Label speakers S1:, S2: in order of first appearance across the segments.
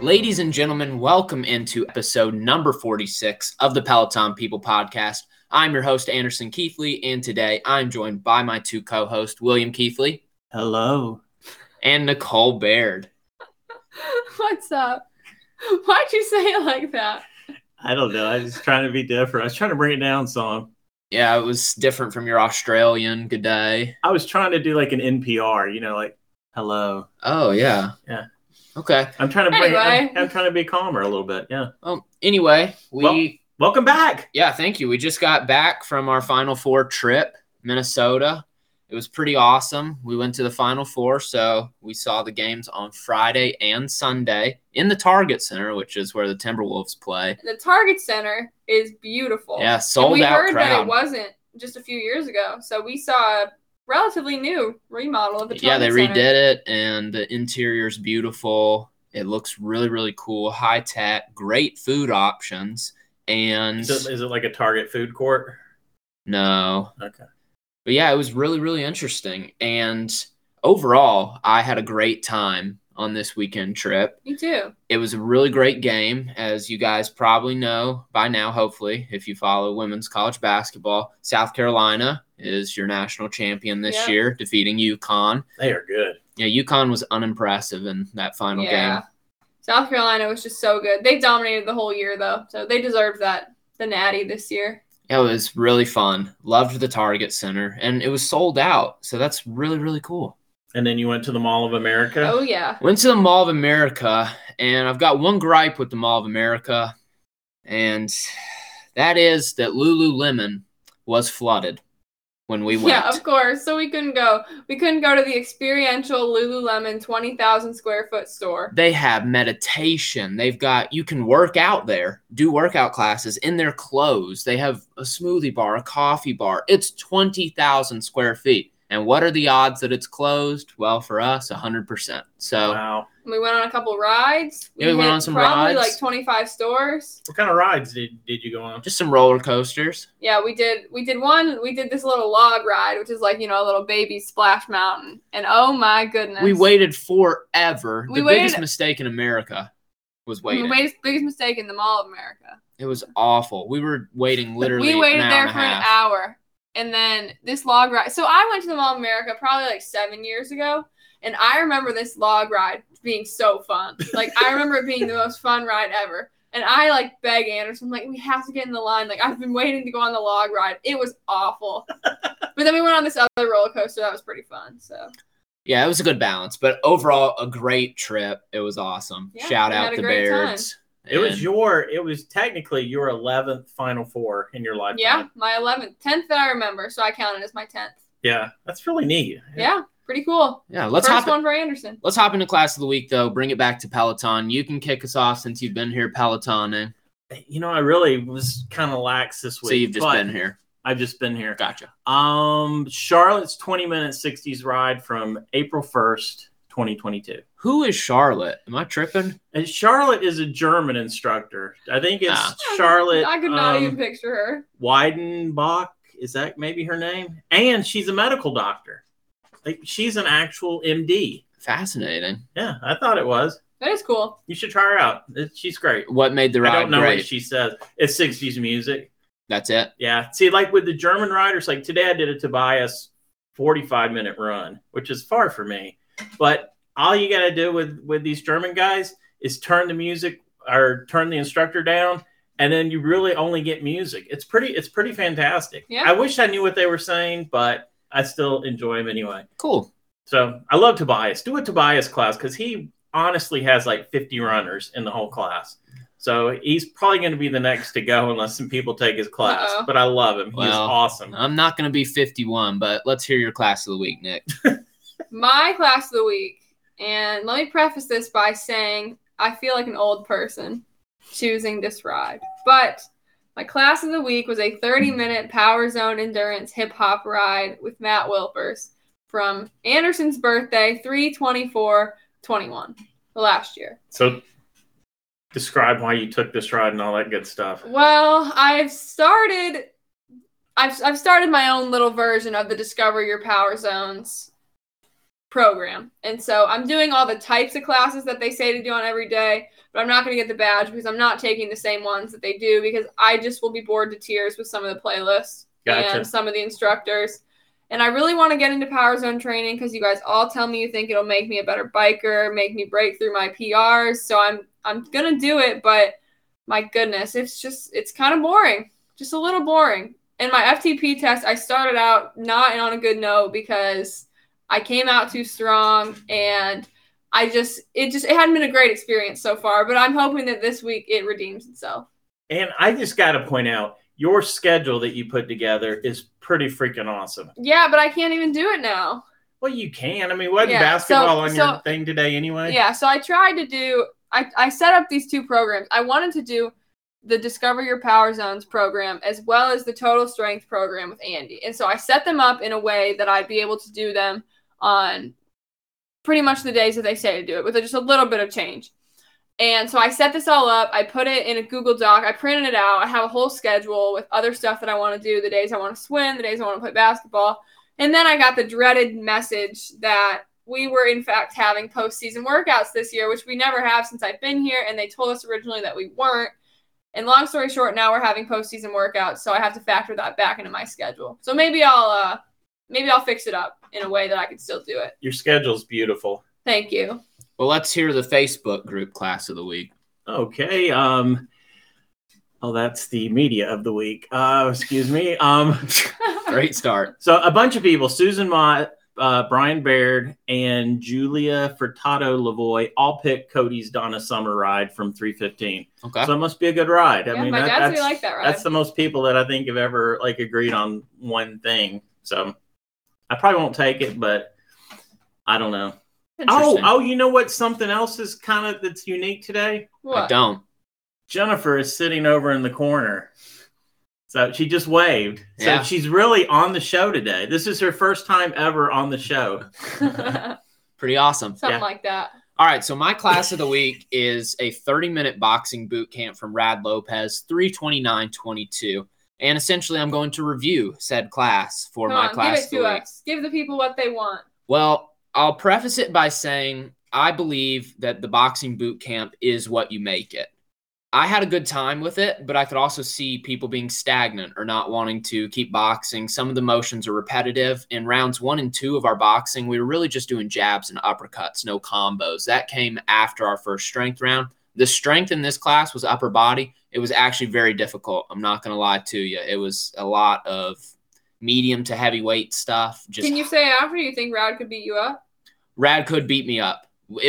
S1: Ladies and gentlemen, welcome into episode number 46 of the Peloton People podcast. I'm your host, Anderson Keithley, and today I'm joined by my two co hosts, William Keithley
S2: Hello.
S1: and Nicole Baird.
S3: What's up? Why'd you say it like that?
S2: I don't know. I was trying to be different. I was trying to bring it down some.
S1: Yeah, it was different from your Australian good day.
S2: I was trying to do like an NPR, you know, like hello.
S1: Oh, yeah.
S2: Yeah.
S1: Okay.
S2: I'm trying to bring. I'm-
S3: Anyway.
S2: I'm, trying to be calmer a little bit. Yeah.
S1: Well, anyway, we,
S2: Well- Welcome back.
S1: yeah, thank you. We just got back from our Final Four trip, Minnesota. It was pretty awesome. We went to the Final Four, so we saw the games on Friday and Sunday in the Target Center, which is where the Timberwolves play.
S3: The Target Center is beautiful.
S1: Yeah,
S3: And
S1: sold
S3: we
S1: out
S3: heard that
S1: crowd.
S3: it wasn't just a few years ago, so we saw a relatively new remodel of the Target
S1: yeah, they redid
S3: Center.
S1: it, and the interior's beautiful. It looks really, really cool, high tech, great food options, and
S2: Is it- is it like a Target food court?
S1: no,
S2: Okay.
S1: but yeah, it was really, really interesting. And overall, I had a great time on this weekend trip.
S3: Me too.
S1: It was a really great game, as you guys probably know by now, hopefully, if you follow women's college basketball. South Carolina is your national champion this
S3: Yeah.
S1: year, defeating UConn.
S2: They are good.
S1: Yeah, UConn was unimpressive in that final
S3: yeah.
S1: game.
S3: South Carolina was just so good. They dominated the whole year though, so they deserved that the natty this year.
S1: Yeah, It was really fun. Loved the Target Center, and it was sold out. So that's really, really cool.
S2: And then you went to the Mall of America.
S3: Oh yeah.
S1: Went to the Mall of America, and I've got one gripe with the Mall of America, and that is that Lululemon was flooded when we went.
S3: Yeah, of course. So we couldn't go. We couldn't go to the experiential Lululemon 20,000 square foot store.
S1: They have meditation. They've got you can work out there, do workout classes in their clothes. They have a smoothie bar, a coffee bar. It's twenty thousand square feet. And what are the odds that it's closed? Well, for us, hundred percent. So
S2: Wow.
S3: We went on a couple rides.
S1: Yeah, we went
S3: hit
S1: on some
S3: probably
S1: rides.
S3: like 25 stores.
S2: What kind of rides did, did you go on?
S1: just some roller coasters.
S3: Yeah, we did. We did one. We did this little log ride, which is like you know a little baby splash mountain. And oh my goodness,
S1: We waited forever.
S3: We
S1: the
S3: waited-
S1: biggest mistake in America was waiting.
S3: The biggest, biggest mistake in the Mall of America.
S1: It was awful. We were waiting literally.
S3: we waited
S1: an hour
S3: there
S1: and a
S3: for an
S1: half.
S3: hour, and then this log ride. So I went to the Mall of America probably like seven years ago, and I remember this log ride being so fun. Like I remember it being the most fun ride ever. And I like beg Anderson, like we have to get in the line. Like I've been waiting to go on the log ride. It was awful. but then we went on this other roller coaster that was pretty fun. So
S1: Yeah, it was a good balance, but overall a great trip. It was awesome.
S3: Yeah,
S1: Shout
S3: we
S1: out
S3: had a
S1: to
S3: great
S1: Beards.
S2: It was
S1: And
S2: your. It was technically your eleventh Final Four in your lifetime.
S3: yeah, my eleventh, tenth that I remember. So I counted as my tenth.
S2: Yeah. That's really neat.
S3: Yeah, pretty cool.
S1: yeah. Let's
S3: First
S1: hop.
S3: one for Anderson.
S1: Let's hop into class of the week though. Bring it back to Peloton. You can kick us off since you've been here Pelotoning.
S2: You know, I really was kind of lax this week.
S1: So you've just
S2: but
S1: been here.
S2: I've just been here.
S1: Gotcha.
S2: Um, Charlotte's 20 minute 60s ride from April 1st, 2022.
S1: Who is Charlotte? Am I tripping?
S2: And Charlotte is a German instructor. I think it's
S1: Ah.
S2: Charlotte
S3: I could not
S2: um,
S3: even picture her.
S2: Weidenbach. Is that maybe her name? And she's a medical doctor. Like she's an actual MD.
S1: Fascinating.
S2: Yeah, I thought it was.
S3: That is cool.
S2: You should try her out. It- She's great.
S1: What made the
S2: I
S1: ride
S2: don't know
S1: great?
S2: what she says. It's 60s music.
S1: That's it.
S2: Yeah. See, like with the German riders, like today I did a Tobias 45 minute run, which is far for me. But all you got to do with with these German guys is turn the music or turn the instructor down, and then you really only get music. It's pretty. It's pretty fantastic.
S3: Yeah.
S2: I wish I knew what they were saying, but I still enjoy them anyway.
S1: Cool.
S2: So I love Tobias. Do a Tobias class because he honestly has like 50 runners in the whole class. So he's probably going to be the next to go unless some people take his class.
S3: Uh-oh.
S2: But I love him. He's
S1: Well, uh-huh.
S2: awesome.
S1: I'm not gonna be 51, but let's hear your class of the week, Nick.
S3: My class of the week, and let me preface this by saying I feel like an old person choosing this ride. But my class of the week was a 30 minute power zone endurance hip hop ride with Matt Wilpers from Anderson's birthday, 324 21, last year.
S2: so describe why you took this ride and all that good stuff.
S3: Well, I've started. I've, I've started my own little version of the Discover Your Power Zones program. And so I'm doing all the types of classes that they say to do on every day, but I'm not going to get the badge because I'm not taking the same ones that they do because I just will be bored to tears with some of the playlists
S2: Gotcha.
S3: and some of the instructors. And I really want to get into power zone training because you guys all tell me you think it'll make me a better biker, make me break through my PRs. So I'm I'm gonna do it, but my goodness, it's just it's kind of boring, just a little boring. And my FTP test, I started out not on a good note because I came out too strong and I just it just it hadn't been a great experience so far, but I'm hoping that this week it redeems itself.
S2: And I just got to point out your schedule that you put together is pretty freaking awesome.
S3: Yeah, but I can't even do it now.
S2: Well, you can. I mean, wasn't
S3: Yeah,
S2: basketball
S3: so-
S2: on
S3: so-
S2: your thing today anyway?
S3: Yeah, so I tried to do I, I set up these two programs. I wanted to do the Discover Your Power Zones program as well as the Total Strength program with Andy. And so I set them up in a way that I'd be able to do them on pretty much the days that they say to do it with just a little bit of change. And so I set this all up. I put it in a Google Doc. I printed it out. I have a whole schedule with other stuff that I want to do, the days I want to swim, the days I want to play basketball. And then I got the dreaded message that we were, in fact, having postseason workouts this year, which we never have since I've been here. And they told us originally that we weren't. And long story short, now we're having postseason workouts. So I have to factor that back into my schedule. So maybe I'll, uh, maybe I'll fix it up in a way that I can still do it.
S2: Your schedule's beautiful.
S3: Thank you.
S1: Well, let's hear the Facebook group class of the week.
S2: Okay. Um, oh, that's the media of the week. Uh, excuse me. Um,
S1: Great start.
S2: So a bunch of people, Susan Mott, uh, Brian Baird, and Julia Furtado Lavoy all picked Cody's Donna Summer ride from 315.
S1: Okay.
S2: So it must be a good ride. I
S3: yeah,
S2: mean,
S3: my
S2: that-
S3: dad's
S2: that's,
S3: really like that, right?
S2: that's the most people that I think have ever like agreed on one thing. So I probably won't take it, but I don't know. Oh,
S1: Interesting.
S2: oh, you know what? Something else is kind of that's unique today.
S1: I
S3: what?
S1: don't.
S2: Jennifer is sitting over in the corner. So she just waved. So
S1: Yeah.
S2: she's really on the show today. This is her first time ever on the show.
S3: Something
S1: Pretty awesome.
S2: Yeah.
S3: like that.
S1: All right, so my class of the week is a 30-minute boxing boot camp from Rad Lopez, 329.22. And essentially I'm going to review said class for
S3: Come
S1: my
S3: on,
S1: class of
S3: give it
S1: the
S3: to
S1: week.
S3: us. Give the people what they want.
S1: Well, I'll preface it by saying I believe that the boxing boot camp is what you make it. I had a good time with it, but I could also see people being stagnant or not wanting to keep boxing. Some of the motions are repetitive. In rounds one and two of our boxing, we were really just doing jabs and uppercuts, no combos. That came after our first strength round. The strength in this class was upper body. It was actually very difficult. I'm not going to lie to you. It was a lot of medium to heavyweight stuff. Just
S3: Can you say after you think Rad could beat you up?
S1: Rad could beat me up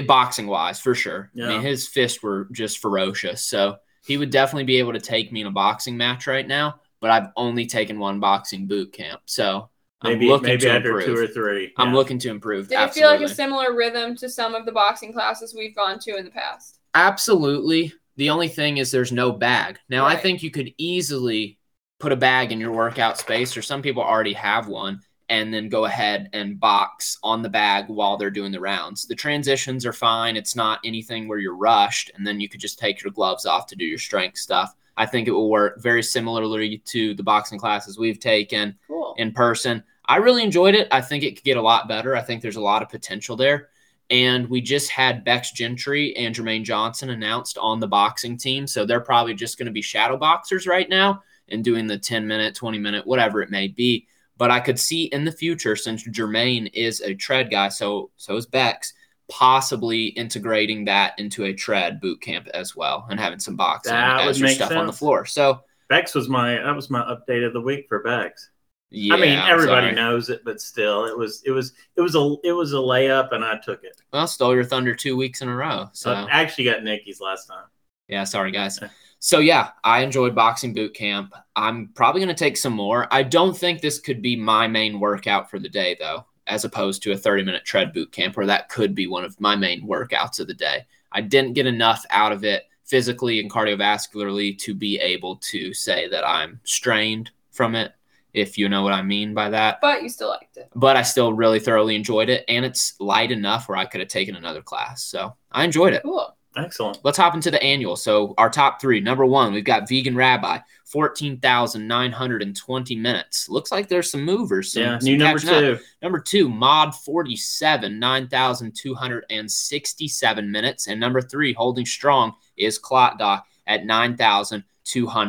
S1: boxing wise for sure. I
S2: Yeah.
S1: mean, his fists were just ferocious. So he would definitely be able to take me in a boxing match right now. But I've only taken one boxing boot camp, so
S2: Maybe
S1: I'm looking
S2: maybe
S1: to
S2: after
S1: improve.
S2: two or three.
S1: I'm
S2: Yeah.
S1: looking to improve.
S3: Did
S1: absolutely.
S3: it feel like a similar rhythm to some of the boxing classes we've gone to in the past?
S1: Absolutely. The only thing is there's no bag. Now, I
S3: Right.
S1: think you could easily put a bag in your workout space, or some people already have one, and then go ahead and box on the bag while they're doing the rounds. The transitions are fine. It's not anything where you're rushed, and then you could just take your gloves off to do your strength stuff. I think it will work very similarly to the boxing classes we've taken
S3: Cool.
S1: in person. I really enjoyed it. I think it could get a lot better. I think there's a lot of potential there. And we just had Bex Gentry and Jermaine Johnson announced on the boxing team. So they're probably just going to be shadow boxers right now and doing the 10 minute, 20 minute, whatever it may be. But I could see in the future, since Jermaine is a tread guy, so so is Bex, possibly integrating that into a tread boot camp as well and having some boxing
S2: That
S1: as
S2: would
S1: your
S2: make
S1: stuff on the
S2: sense.
S1: floor. So
S2: Bex was my that was my update of the week for Bex.
S1: yeah,
S2: I mean,
S1: I'm
S2: everybody
S1: sorry.
S2: knows it, but still, it was it was it was a it was a layup, and I took it.
S1: Well, stole your thunder two weeks in a row.
S2: So
S1: So
S2: I actually got Nikki's last time.
S1: Yeah, sorry guys.
S2: Okay.
S1: So yeah, I enjoyed boxing boot camp. I'm probably going to take some more. I don't think this could be my main workout for the day though, as opposed to a 30-minute tread boot camp where that could be one of my main workouts of the day. I didn't get enough out of it physically and cardiovascularly to be able to say that I'm strained from it, if you know what I mean by that.
S3: But you still liked it.
S1: But I still really thoroughly enjoyed it and it's light enough where I could have taken another class. So, I enjoyed it.
S3: Cool.
S2: Excellent.
S1: Let's hop into the annual. So our top three. Number one, we've got Vegan Rabbi, fourteen thousand nine hundred and twenty minutes. Looks like there's some movers. Some,
S2: yeah.
S1: some
S2: New number
S1: catching up.
S2: two.
S1: Number two, Mod 47, 9,267 minutes. And number three, holding strong, is Clot Doc at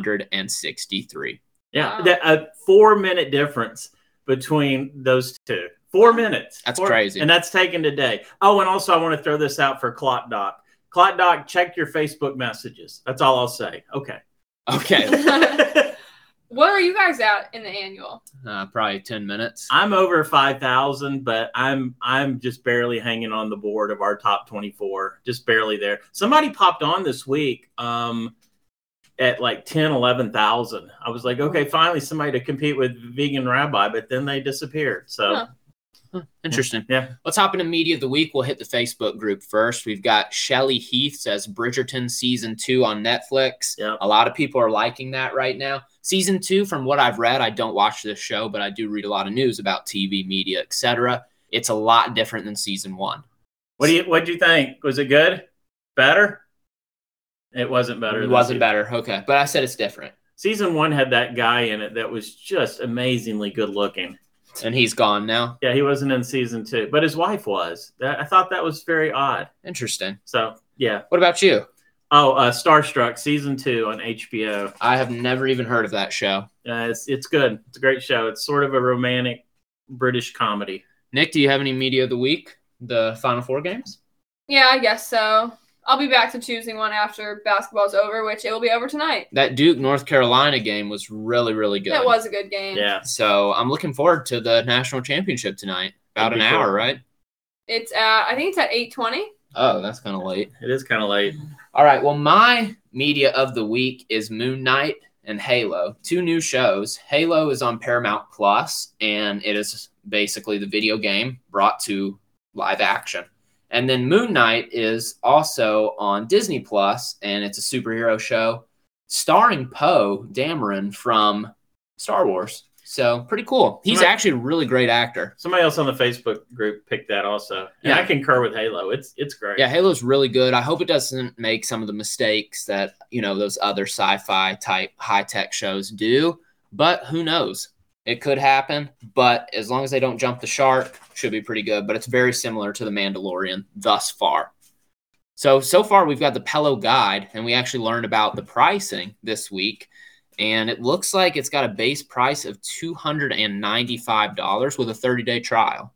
S1: 9,263.
S2: Yeah.
S3: Wow.
S2: that- a four minute difference between those two. Four minutes.
S1: That's
S2: Four-
S1: crazy.
S2: And that's taken today. Oh, and also I want to throw this out for Clot Doc. Clot Doc, check your Facebook messages. That's all I'll say. Okay.
S1: Okay,
S3: What are you guys at in the annual?
S1: uh, probably 10 minutes.
S2: I'm over five thousand, but I'm I'm just barely hanging on the board of our top twenty four, just barely there. Somebody popped on this week, um, at like 10, 11,000. I was like, okay, finally somebody to compete with Vegan Rabbi, but then they disappeared. So
S3: Huh.
S1: Interesting.
S2: Yeah.
S1: Let's hop into media of the week. We'll hit the Facebook group first. We've got Shelly Heath says Bridgerton season two on Netflix.
S2: Yep.
S1: A lot of people are liking that right now. Season two, from what I've read, I don't watch this show, but I do read a lot of news about TV, media, etc. It's a lot different than season one.
S2: what do you what do you think? Was it good? Better? It wasn't better.
S1: It
S2: than
S1: wasn't
S2: season-
S1: better. Okay. But I said it's different.
S2: Season one had that guy in it that was just amazingly good looking.
S1: And he's gone now.
S2: Yeah, he wasn't in season two, but his wife was. That, I thought that was very odd.
S1: Interesting.
S2: So yeah.
S1: What about you?
S2: Oh, uh, Starstruck season two on HBO.
S1: I have never even heard of that show.
S2: Uh, it's it's good. It's a great show. It's sort of a romantic British comedy.
S1: Nick, do you have any media of the week? The Final Four games?
S3: Yeah, I guess so. I'll be back to choosing one after basketball's over, which it will be over tonight.
S1: That Duke North Carolina game was really, really good.
S3: That was a good game.
S2: Yeah,
S1: So I'm looking forward to the national championship tonight. About an
S2: That'd be cool.
S1: hour, right?
S3: It's at I think it's at eight twenty.
S1: Oh, that's kind of late.
S2: it is kind of late.
S1: All right. Well, my media of the week is Moon Knight and Halo, two new shows. Halo is on Paramount Plus, and it is basically the video game brought to live action. And then Moon Knight is also on Disney Plus, and it's a superhero show starring Poe Dameron from Star Wars. So pretty cool. He's
S2: Right.
S1: actually a really great actor.
S2: Somebody else on the Facebook group picked that also. And
S1: Yeah.
S2: I concur with Halo. It's it's great.
S1: Yeah, Halo's really good. I hope it doesn't make some of the mistakes that, you know, those other sci fi type high tech shows do. But who knows? It could happen. But as long as they don't jump the shark, should be pretty good. But it's very similar to The Mandalorian thus far. So, so far, we've got the Pello guide, and we actually learned about the pricing this week. And it looks like it's got a base price of $295 with a 30 day trial.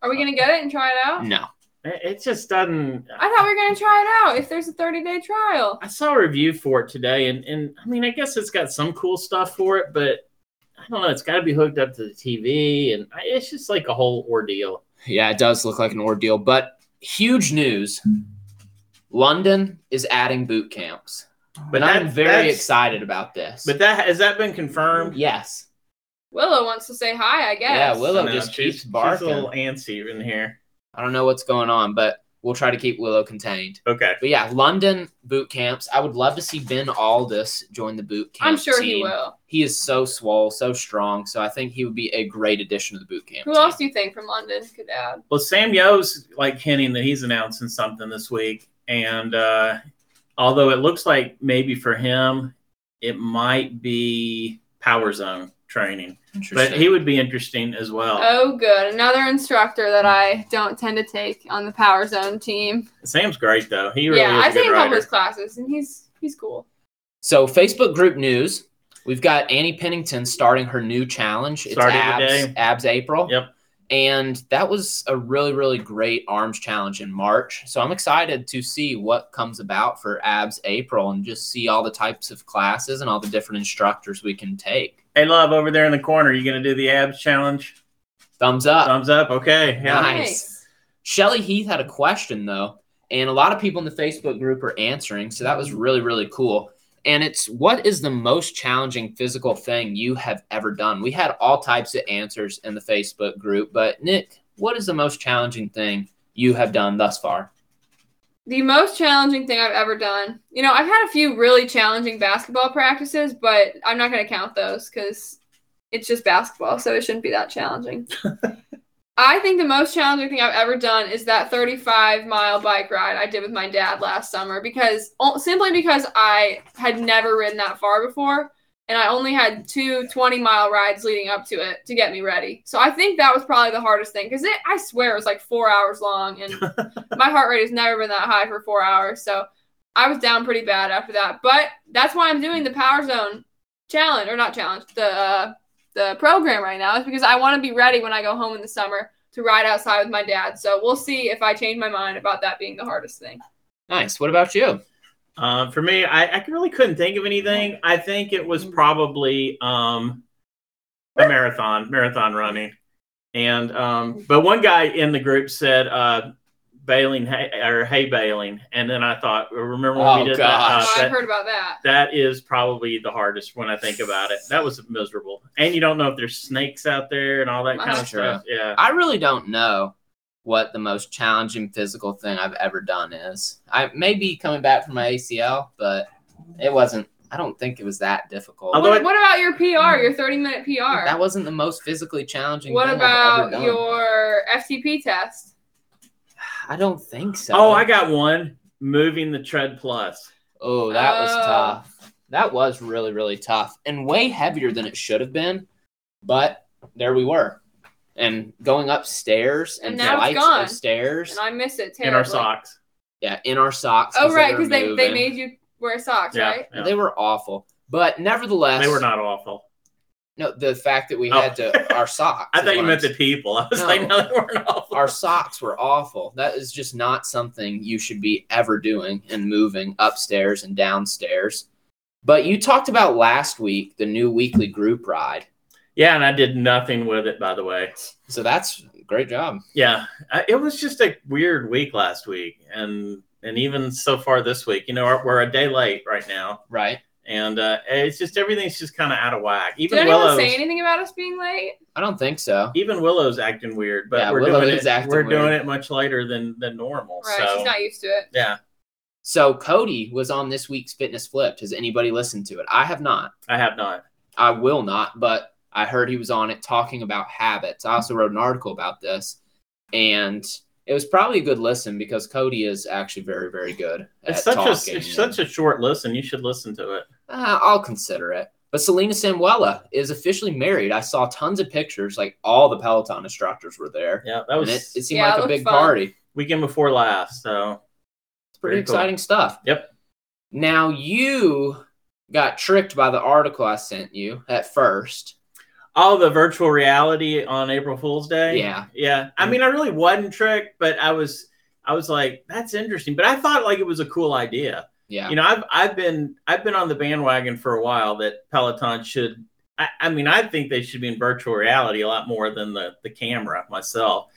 S3: Are we gonna get it and try it
S2: Mm.
S3: out?
S1: No.
S2: It, it just doesn't.
S3: I thought we were gonna try it out if there's a thirty day trial.
S2: I saw a review for it today, and and I mean, I guess it's got some cool stuff for it, but I don't know. It's got to be hooked up to the TV, and I, it's just like a whole ordeal.
S1: Yeah, it does look like an ordeal, but huge news. London is adding boot camps. But
S2: Oh, that-
S1: I'm very
S2: that's-
S1: excited about this.
S2: But that has that been confirmed?
S1: yes.
S3: Willow wants to say hi, I guess.
S1: Yeah, Willow
S2: I know,
S1: just
S2: she's-
S1: keeps barking.
S2: She's a little antsy in here.
S1: I don't know what's going on, but we'll try to keep Willow contained.
S2: Okay.
S1: But yeah, London boot camps. I would love to see Ben Aldis join the boot camp.
S3: I'm sure he
S1: team.
S3: will.
S1: He is so swole, so strong. So I think he would be a great addition to the boot camp.
S3: Who
S1: team.
S3: else do you think from London could add?
S2: Well, Sam Yo's like hinting that he's announcing something this week, and uh, although it looks like maybe for him, it might be Power Zone training, but
S1: Interesting.
S2: he would be interesting as well.
S3: Oh, good. Another instructor that I don't tend to take on the Power Zone team.
S2: Sam's great though. He really
S3: yeah,
S2: is a
S3: I've
S2: good
S3: taken a couple
S2: writer.
S3: of his classes, and he's he's cool.
S1: So Facebook group news. We've got Annie Pennington starting her new challenge. It's
S2: Started
S1: abs,
S2: today.
S1: abs April.
S2: Yep.
S1: And that was a really, really great arms challenge in March. So I'm excited to see what comes about for abs April and just see all the types of classes and all the different instructors we can take.
S2: Hey, love over there in the corner. You gonna do the abs challenge?
S1: Thumbs up.
S2: Thumbs up. Okay. Yeah.
S1: Uh, Nice. Shelly Heath had a question though, and a lot of people in the Facebook group are answering, so that was really really cool. And it's what is the most challenging physical thing you have ever done? We had all types of answers in the Facebook group, but Nick, what is the most challenging thing you have done thus far?
S3: The most challenging thing I've ever done. You know, I've had a few really challenging basketball practices, but I'm not going to count those because it's just basketball, so it shouldn't be that challenging. I think the most challenging thing I've ever done is that 35 mile bike ride I did with my dad last summer because o- simply because I had never ridden that far before and I only had two 20 mile rides leading up to it to get me ready. So I think that was probably the hardest thing because it, I swear, it was like four hours long and my heart rate has never been that high for four hours. So I was down pretty bad after that. But that's why I'm doing the Power Zone challenge or not challenge, the uh, the program right now is because I want to be ready when I go home in the summer to ride outside with my dad. So we'll see if I change my mind about that being the hardest thing.
S1: Nice. What about you?
S2: Uh, for me, I, I really couldn't think of anything. I think it was probably um, a marathon, marathon running. And um, but one guy in the group said uh, bailing hay, or hay baling, and then I thought, remember when
S1: Oh,
S2: we did
S1: gosh.
S3: Oh,
S2: that? Uh,
S3: I've
S2: that
S3: heard about that.
S2: that is probably the hardest when I think about it. That was miserable, and you don't know if there's snakes out there and all that kind of
S1: That's true.
S2: stuff. Yeah,
S1: I really don't know what the most challenging physical thing I've ever done is. I may be coming back from my ACL, but it wasn't. I don't think it was that difficult.
S2: Although Mm.
S3: What,
S2: I-
S3: what about your PR, your 30 minute PR?
S1: that wasn't the most physically challenging.
S3: What
S1: thing I've ever
S3: about
S1: done.
S3: your FTP test?
S1: I don't think so.
S2: Oh, I got one. Moving the tread plus.
S1: Oh, that was
S3: Oh.
S1: tough. That was really, really tough and way heavier than it should have been. But there we were. And going up stairs and,
S3: And now it's
S1: flights
S3: gone.
S1: of stairs.
S3: And I miss it
S2: in
S3: terribly.
S2: our socks.
S1: yeah, in our socks.
S3: Oh, right, because
S1: were
S3: they, they
S1: moving.
S3: made you wear socks,
S2: Yeah,
S3: right?
S2: yeah.
S1: They were awful. But nevertheless,
S2: They were not awful.
S1: No, the fact that we
S2: Oh.
S1: had to our socks.
S2: I
S1: is
S2: thought you
S1: what
S2: meant
S1: I'm
S2: the people. I was
S1: No.
S2: like, no, they weren't awful.
S1: our socks were awful. That is just not something you should be ever doing and moving upstairs and downstairs. But you talked about last week the new weekly group ride.
S2: yeah, and I did nothing with it, by the way.
S1: So that's great job.
S2: Yeah, I, it was just a weird week last week, and and even so far this week. You know, we're, we're a day late right now,
S1: Right.
S2: and uh, it's just everything's just kind of out of whack.
S3: Did
S2: Even
S3: anyone
S2: Willow's,
S3: say anything about us being late?
S1: I don't think so.
S2: even Willow's acting weird, but
S1: Yeah,
S2: we're
S1: Willow
S2: doing
S1: is
S2: it.
S1: acting
S2: we're doing
S1: weird.
S2: it much later than than normal.
S3: Right,
S2: so
S3: she's not used to it.
S2: yeah,
S1: So Cody was on this week's Fitness Flipped. Has anybody listened to it? I have not.
S2: I have not.
S1: I will not, but I heard he was on it talking about habits. I also wrote an article about this, and it was probably a good listen because Cody is actually very, very good. At
S2: It's such
S1: talking.
S2: a it's such a short listen. You should listen to it.
S1: Uh, I'll consider it. But Selena Samuela is officially married. I saw tons of pictures. Like all the Peloton instructors were there.
S2: Yeah, that
S1: and it,
S2: was
S1: it seemed
S3: Yeah, it
S1: like a
S3: looked
S1: big
S3: fun.
S1: party.
S2: weekend before last. So
S1: It's pretty
S2: Very cool.
S1: exciting stuff.
S2: Yep.
S1: Now you got tricked by the article I sent you at first.
S2: all Oh, the virtual reality on April Fool's Day.
S1: Yeah. Mm-hmm.
S2: yeah. I mean, I really wasn't tricked, but I was, I was like, that's interesting. But I thought like it was a cool idea.
S1: Yeah.
S2: You know, I've I've been I've been on the bandwagon for a while that Peloton should. I, I mean, I think they should be in virtual reality a lot more than the the camera myself.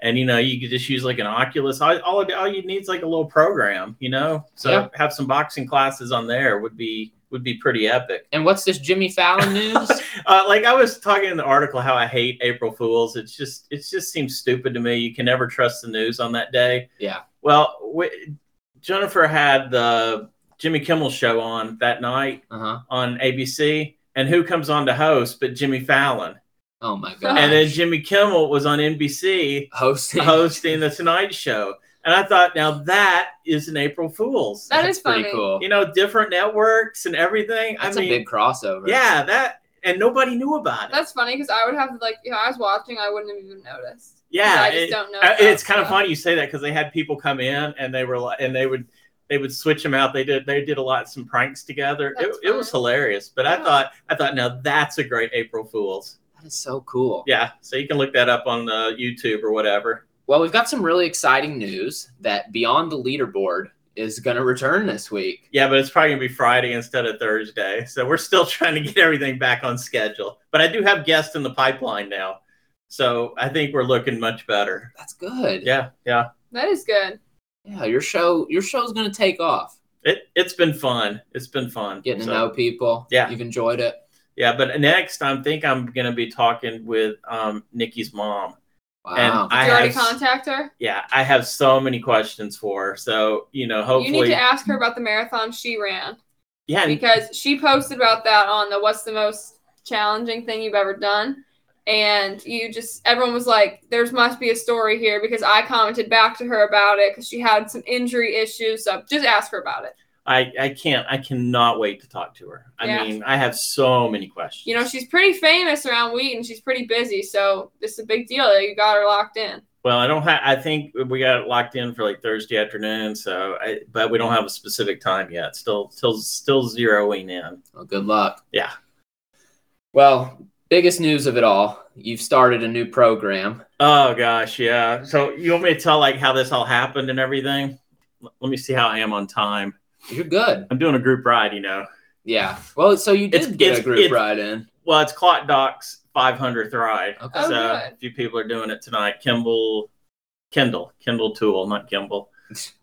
S2: And you know, you could just use like an Oculus. All all, all you need is like a little program. You know, so
S1: Yeah.
S2: have some boxing classes on there would be would be pretty epic.
S1: and what's this Jimmy Fallon news?
S2: Uh, like I was talking in the article, how I hate April Fools. It's just it just seems stupid to me. You can never trust the news on that day.
S1: Yeah.
S2: Well, w- Jennifer had the Jimmy Kimmel show on that night
S1: uh huh.
S2: on ABC, and who comes on to host but Jimmy Fallon?
S1: Oh my god.
S2: And then Jimmy Kimmel was on NBC
S1: hosting.
S2: hosting the Tonight Show, and I thought, now that is an April Fools.
S3: That
S1: That's
S3: is
S1: pretty
S3: funny.
S1: cool.
S2: You know, different networks and everything.
S1: That's
S2: I mean,
S1: a big crossover.
S2: yeah, that. And nobody knew about it.
S3: That's funny because I would have like if I was watching, I wouldn't have even noticed. 'Cause
S2: Yeah,
S3: I just
S2: it-
S3: don't know.
S2: Uh,
S3: about
S2: it's kind of
S3: stuff.
S2: funny you say that because they had people come in and they were like, and they would they would switch them out. They did they did a lot some pranks together. It,
S3: That's
S2: it was
S3: fun.
S2: hilarious. But I
S3: Yeah.
S2: thought I thought now that's a great April Fool's.
S1: That is so cool.
S2: Yeah, so you can look that up on uh, YouTube or whatever.
S1: Well, we've got some really exciting news that Beyond the Leaderboard is going to return this week.
S2: Yeah, but it's probably gonna be Friday instead of Thursday. So we're still trying to get everything back on schedule. But I do have guests in the pipeline now, so I think we're looking much better.
S1: That's good.
S2: Yeah, yeah.
S3: That is good.
S1: Yeah, your show your show's going to take off.
S2: It it's been fun. It's been fun
S1: Getting to
S2: So-
S1: know people.
S2: Yeah.
S1: You've enjoyed it.
S2: Yeah, but next I think I'm gonna be talking with um, Nikki's mom,
S1: Wow.
S2: and
S3: Did
S2: I
S3: you already
S2: have
S3: contact her?
S2: yeah I have so many questions for her. So you know,
S3: You need
S2: hopefully,
S3: to ask her about the marathon she ran
S2: yeah, and-
S3: because she posted about that on the "What's the most challenging thing you've ever done," and you just everyone was like there must be a story here because i commented back to her about it because she had some injury issues so just ask her about it
S2: I, I can't I cannot wait to talk to her. I
S3: Yeah.
S2: mean, I have so many questions.
S3: you know she's pretty famous around wheaton she's pretty busy so it's a big deal that you got her locked in
S2: well, I don't have. I think we got it locked in for like Thursday afternoon. So, I, but we don't have a specific time yet. Still, still, still zeroing in.
S1: Well, good luck.
S2: Yeah.
S1: Well, biggest news of it all, you've started a new program.
S2: Oh gosh, yeah. So you want me to tell like how this all happened and everything? L- Let me see how I am on time.
S1: You're good.
S2: I'm doing a group ride, you know.
S1: Yeah. Well, so you did
S2: It's-
S1: get
S2: it's-
S1: a group
S2: it's-
S1: ride in.
S2: Well, it's Clot Doc's 500th ride.
S1: Okay.
S3: Oh,
S2: so
S3: good.
S2: a few people are doing it tonight. Kimball, Kendall, Kendall Tool, not Kimball.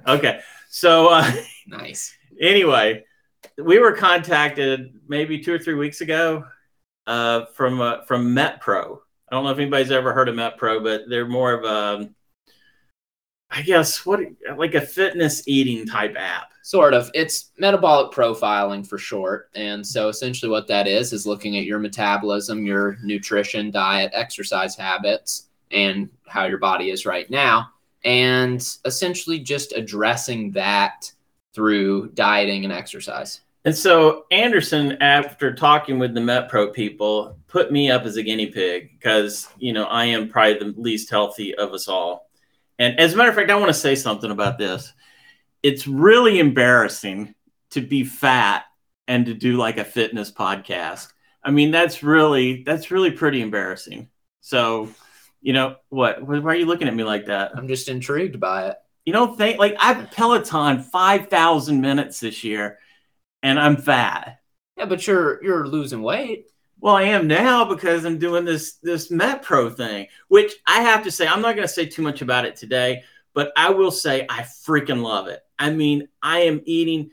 S2: Okay. So uh,
S1: Nice.
S2: anyway, we were contacted maybe two or three weeks ago uh, from uh, from MetPro. I don't know if anybody's ever heard of MetPro, but they're more of a, I guess what like a fitness eating type app.
S1: Sort of. It's metabolic profiling for short. And so essentially what that is is looking at your metabolism, your nutrition, diet, exercise habits, and how your body is right now. And essentially just addressing that through dieting and exercise.
S2: And so Anderson, after talking with the MetPro people, put me up as a guinea pig because you know I am probably the least healthy of us all. And as a matter of fact, I want to say something about this. It's really embarrassing to be fat and to do like a fitness podcast. I mean, that's really that's really pretty embarrassing. So, you know what? Why are you looking at me like that?
S1: I'm just intrigued by it.
S2: You don't think like I've Peloton five thousand minutes this year, and I'm fat.
S1: Yeah, but you're you're losing weight.
S2: Well, I am now because I'm doing this this Met Pro thing, which I have to say I'm not going to say too much about it today, but I will say I freaking love it. I mean, I am eating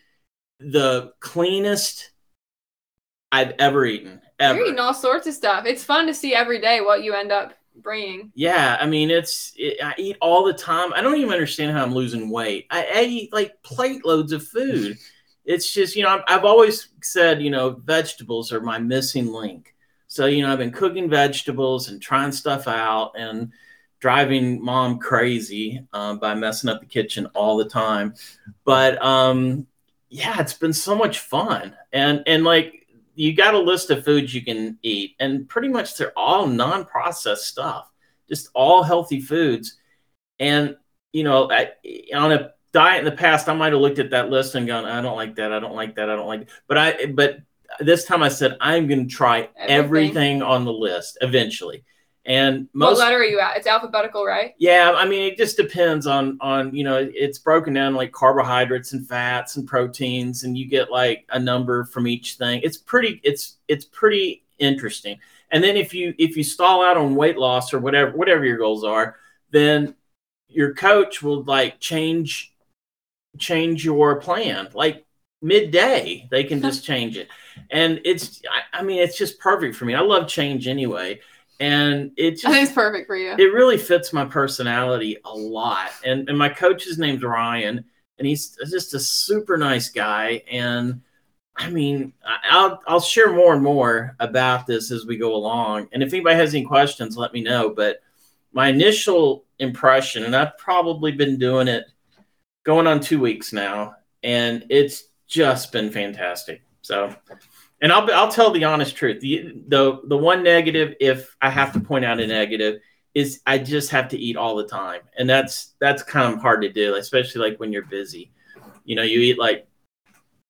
S2: the cleanest I've ever eaten. Ever.
S3: you're eating all sorts of stuff it's fun to see every day what you end up bringing
S2: Yeah, I mean it's it, I eat all the time. I don't even understand how I'm losing weight. I, I eat like plate loads of food. It's just you know I've, I've always said you know vegetables are my missing link. So you know I've been cooking vegetables and trying stuff out and driving mom crazy um, by messing up the kitchen all the time. But um, yeah, it's been so much fun and and like you got a list of foods you can eat and pretty much they're all non-processed stuff just all healthy foods. And you know, I, on a diet in the past, I might have looked at that list and gone, "I don't like that. I don't like that. I don't like." That. But I, but this time I said, "I'm going to try everything.
S3: Everything.
S2: on the list eventually." And
S3: what
S2: most,
S3: letter are you at it's alphabetical right
S2: yeah, I mean, it just depends on on you know, it's broken down like carbohydrates and fats and proteins, and you get like a number from each thing. It's pretty, it's it's pretty interesting. And then if you if you stall out on weight loss or whatever whatever your goals are, then your coach will like change change your plan like midday they can just change it and it's I, I mean it's just perfect for me i love change anyway and it
S3: i
S2: just
S3: think it's perfect for you
S2: it really fits my personality a lot. And and my coach's name's Ryan, and he's just a super nice guy. And I mean, I- I'll I'll share more and more about this as we go along. And if anybody has any questions, let me know. But my initial impression, and I've probably been doing it going on two weeks now, and it's just been fantastic. So, and I'll I'll tell the honest truth. The the the one negative, if I have to point out a negative, is I just have to eat all the time, and that's that's kind of hard to do, especially like when you're busy. You know, you eat like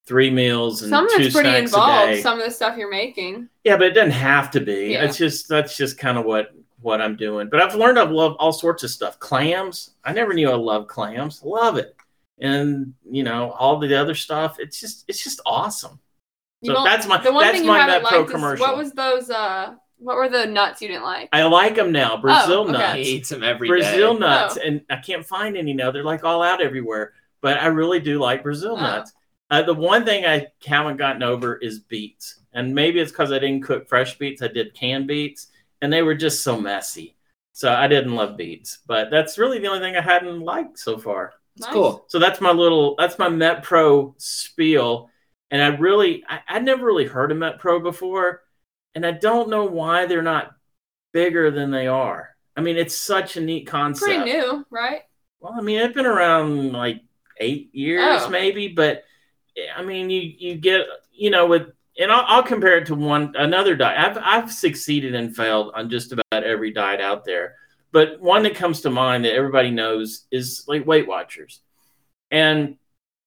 S2: three meals and
S3: some of
S2: two
S3: it's pretty
S2: snacks a
S3: involved
S2: day.
S3: some of the stuff you're making
S2: Yeah, but it doesn't have to be.
S3: Yeah.
S2: It's just that's just kind of what what I'm doing. But I've learned I love all sorts of stuff. Clams. I never knew I loved clams. Love it. And you know all the other stuff. It's just it's just awesome.
S3: you
S2: so
S3: won't-
S2: that's my
S3: the one
S2: that's
S3: thing you
S2: my
S3: haven't
S2: Metro
S3: liked is
S2: commercial.
S3: what was those uh what were the nuts you didn't like
S2: I like them now. Brazil
S3: Oh, okay.
S1: I
S2: nuts.
S1: eat them every day.
S2: Brazil nuts,
S3: Oh.
S2: and I can't find any now. They're like all out everywhere. But I really do like Brazil
S3: Oh.
S2: nuts. Uh, the one thing I haven't gotten over is beets, and maybe it's because I didn't cook fresh beets. I did canned beets, and they were just so messy. So I didn't love beets. But that's really the only thing I hadn't liked so far.
S1: It's
S3: Nice.
S1: cool.
S2: So that's my little that's my Met Pro spiel. And I really I, I never really heard of Met Pro before. And I don't know why they're not bigger than they are. I mean, it's such a neat concept.
S3: Pretty new, right?
S2: Well, I mean, it's been around like eight years,
S3: Oh.
S2: maybe. But eh, I mean, you you get you know with and I'll, I'll compare it to one another diet. I've I've succeeded and failed on just about every diet out there, but one that comes to mind that everybody knows is like Weight Watchers, and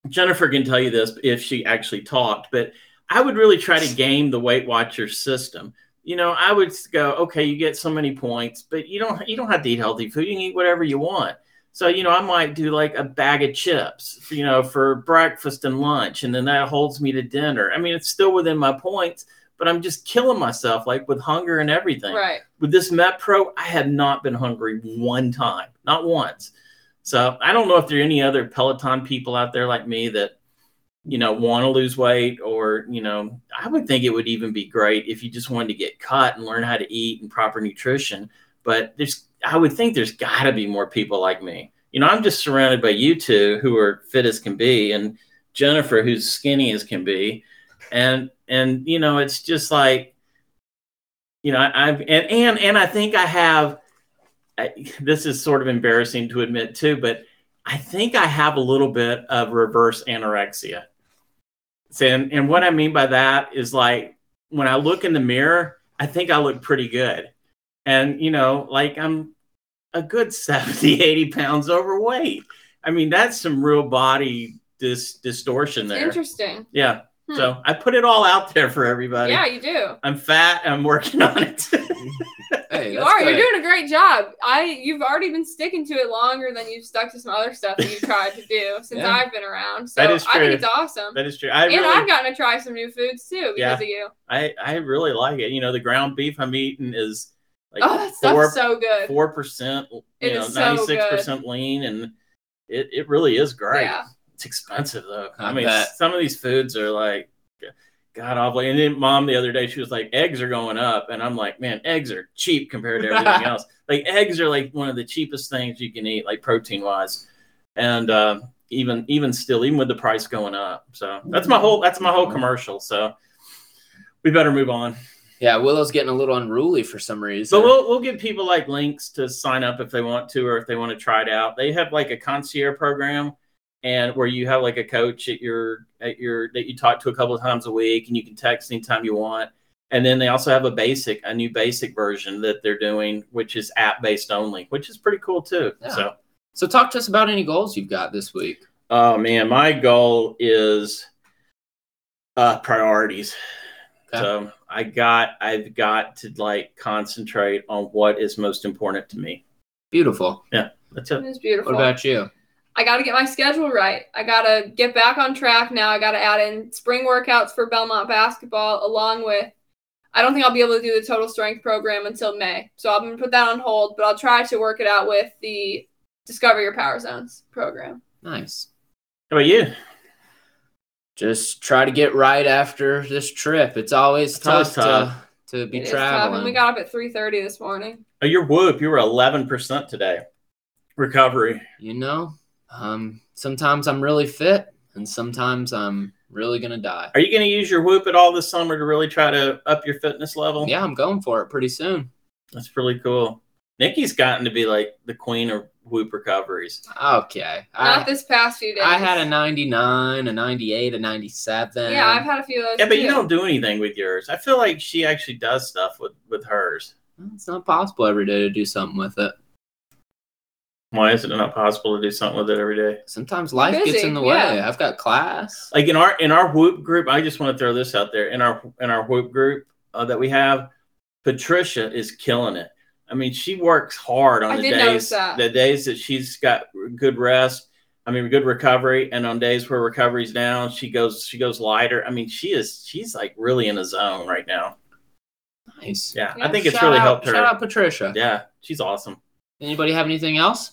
S2: Jennifer can tell you this if she actually talked. But I would really try to game the Weight Watchers system. You know, I would go, okay, you get so many points, but you don't you don't have to eat healthy food. You can eat whatever you want. So, you know, I might do like a bag of chips, you know, for breakfast and lunch, and then that holds me to dinner. I mean, it's still within my points, but I'm just killing myself like with hunger and everything.
S3: Right.
S2: With this Met Pro, I have not been hungry one time, not once. So, I don't know if there are any other Peloton people out there like me that, you know, want to lose weight or, you know, I would think it would even be great if you just wanted to get cut and learn how to eat and proper nutrition but there's I would think there's got to be more people like me. You know, I'm just surrounded by you two who are fit as can be, and Jennifer who's skinny as can be, and and you know it's just like, you know, I, I've and and and I think I have. I, this is sort of embarrassing to admit too, but I think I have a little bit of reverse anorexia. So, and, and what I mean by that is like when I look in the mirror, I think I look pretty good and you know like i'm a good 70 80 pounds overweight i mean that's some real body dis- distortion
S3: It's
S2: there
S3: interesting.
S2: yeah
S3: Hmm.
S2: so i put it all out there for everybody
S3: Yeah, you do.
S2: i'm fat i'm working on it
S1: Hey,
S3: You
S1: that's
S3: are.
S1: good.
S3: You're doing a great job. I you've already been sticking to it longer than you've stuck to some other stuff that you've tried to do since
S1: Yeah.
S3: I've been around. So
S2: That is
S3: I
S2: true.
S3: think it's awesome.
S2: that is true i
S3: and I've
S2: really
S3: gotten to try some new foods too because
S2: Yeah.
S3: of you.
S2: I, I really like it you know the ground beef i'm eating is like
S3: oh, that stuff's
S2: four
S3: so good.
S2: four percent you
S3: It
S2: know
S3: is so good.
S2: 96% lean and it, it really is great
S3: Yeah.
S2: it's expensive though.
S1: I
S2: I, mean,
S1: bet.
S2: some of these foods are like god awful. And then mom the other day she was like, eggs are going up, and I'm like, man, eggs are cheap compared to everything else. Like eggs are like one of the cheapest things you can eat, like protein wise, and uh, even even still, even with the price going up. So that's my whole that's my
S1: Mm-hmm.
S2: whole commercial. So we better move on.
S1: Yeah, Willow's getting a little unruly for some reason.
S2: So we'll we'll give people like links to sign up if they want to or if they want to try it out. They have like a concierge program and where you have like a coach at your at your that you talk to a couple of times a week and you can text anytime you want. And then they also have a basic, a new basic version that they're doing, which is app based only, which is pretty cool too.
S1: Yeah.
S2: So
S1: so talk to us about any goals you've got this week.
S2: oh man, my goal is uh priorities.
S1: Okay.
S2: So I got I've got to like concentrate on what is most important to me.
S1: Beautiful.
S2: That's it.
S3: It's beautiful.
S1: What about you?
S3: I got to get my schedule right. I got to get back on track now. I got to add in spring workouts for Belmont basketball, along with, I don't think I'll be able to do the total strength program until May. So I'm going to put that on hold, but I'll try to work it out with the Discover Your Power Zones program.
S1: Nice.
S2: How about you?
S1: Just try to get right after this trip. It's always
S2: It's always
S1: tough,
S2: tough.
S1: to to be
S3: It is tough,
S1: traveling.
S3: And we got up at 3.30 this morning.
S2: Oh, you're whoop. You were eleven percent today. Recovery.
S1: you know, um, sometimes I'm really fit, and sometimes I'm really gonna die.
S2: Are you going to use your whoop at all this summer to really try to up your fitness level?
S1: Yeah, I'm going for it pretty soon.
S2: that's really cool. Nikki's gotten to be like the queen of whoop recoveries.
S1: Okay,
S3: Not
S1: I,
S3: this past few days.
S1: I had a 99, a 98, a 97.
S3: Yeah, I've had a few of those
S2: Yeah, but
S3: too.
S2: you don't do anything with yours. I feel like she actually does stuff with with hers.
S1: It's not possible every day to do something with it.
S2: Why is it not possible to do something with it every day?
S1: Sometimes life gets
S3: busy,
S1: in the
S3: yeah.
S1: way. I've got class.
S2: Like in our in our whoop group, I just want to throw this out there. In our in our whoop group uh, that we have, Patricia is killing it. I mean, she works hard on
S3: I
S2: the
S3: did notice
S2: days
S3: that.
S2: the days that she's got good rest. I mean, good recovery, and on days where recovery's down, she goes she goes lighter. I mean, she is she's like really in a zone right now.
S1: Nice.
S2: Yeah, I
S3: Yeah,
S2: think it's
S1: Shout
S2: really
S1: out-
S2: helped her.
S1: Shout out Patricia.
S2: Yeah, she's awesome.
S1: Anybody have anything else?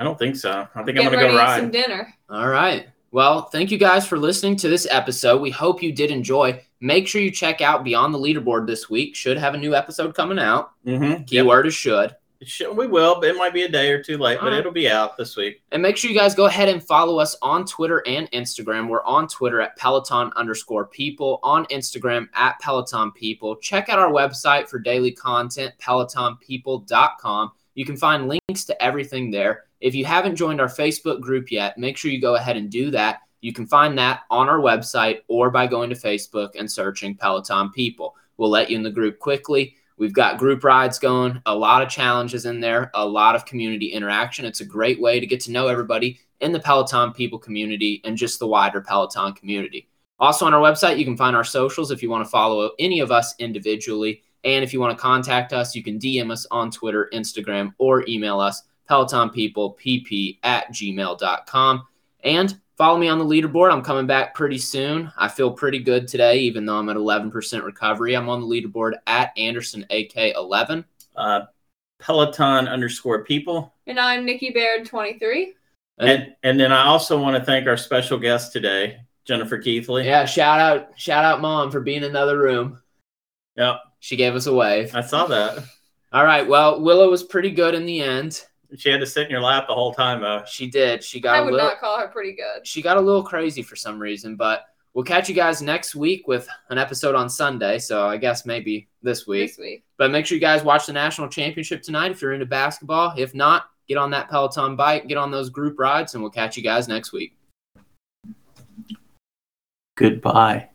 S2: I don't think so. I think I'm
S3: Getting
S2: gonna
S3: ready
S2: go
S3: to eat some
S2: ride.
S3: dinner.
S1: All right. Well, thank you guys for listening to this episode. We hope you did enjoy. Make sure you check out Beyond the Leaderboard this week. Should have a new episode coming out.
S2: Mm-hmm.
S1: Keyword is should.
S2: It should- We will, but it might be a day or two late, but
S3: Uh-huh.
S1: Alright.
S2: it'll be out this week.
S1: And make sure you guys go ahead and follow us on Twitter and Instagram. We're on Twitter at Peloton underscore people, on Instagram at Peloton people. Check out our website for daily content, PelotonPeople.com. You can find links to everything there. If you haven't joined our Facebook group yet, make sure you go ahead and do that. You can find that on our website or by going to Facebook and searching Peloton People. We'll let you in the group quickly. We've got group rides going, a lot of challenges in there, a lot of community interaction. It's a great way to get to know everybody in the Peloton people community and just the wider Peloton community. Also, on our website, you can find our socials if you want to follow any of us individually. And if you want to contact us, you can DM us on Twitter, Instagram, or email us, pelotonpeoplepp at gmail.com. And follow me on the leaderboard. I'm coming back pretty soon. I feel pretty good today, even though I'm at 11% recovery. I'm on the leaderboard at Anderson AK11.
S2: Uh, Peloton underscore people.
S3: And I'm Nikki Baird, 23.
S2: And and then I also want to thank our special guest today, Jennifer Keithley.
S1: yeah, shout out, shout out, mom, for being in the other room.
S2: Yep.
S1: She gave us a wave.
S2: I saw that.
S1: All right. Well, Willow was pretty good in the end.
S2: She had to sit in your lap the whole time, though.
S1: She did. She got
S3: I
S1: a
S3: would
S1: little.
S3: not call her pretty good.
S1: She got a little crazy for some reason, but we'll catch you guys next week with an episode on Sunday. So I guess maybe this week.
S3: This week.
S1: But make sure you guys watch the national championship tonight if you're into basketball. If not, get on that Peloton bike, get on those group rides, and we'll catch you guys next week.
S2: Goodbye.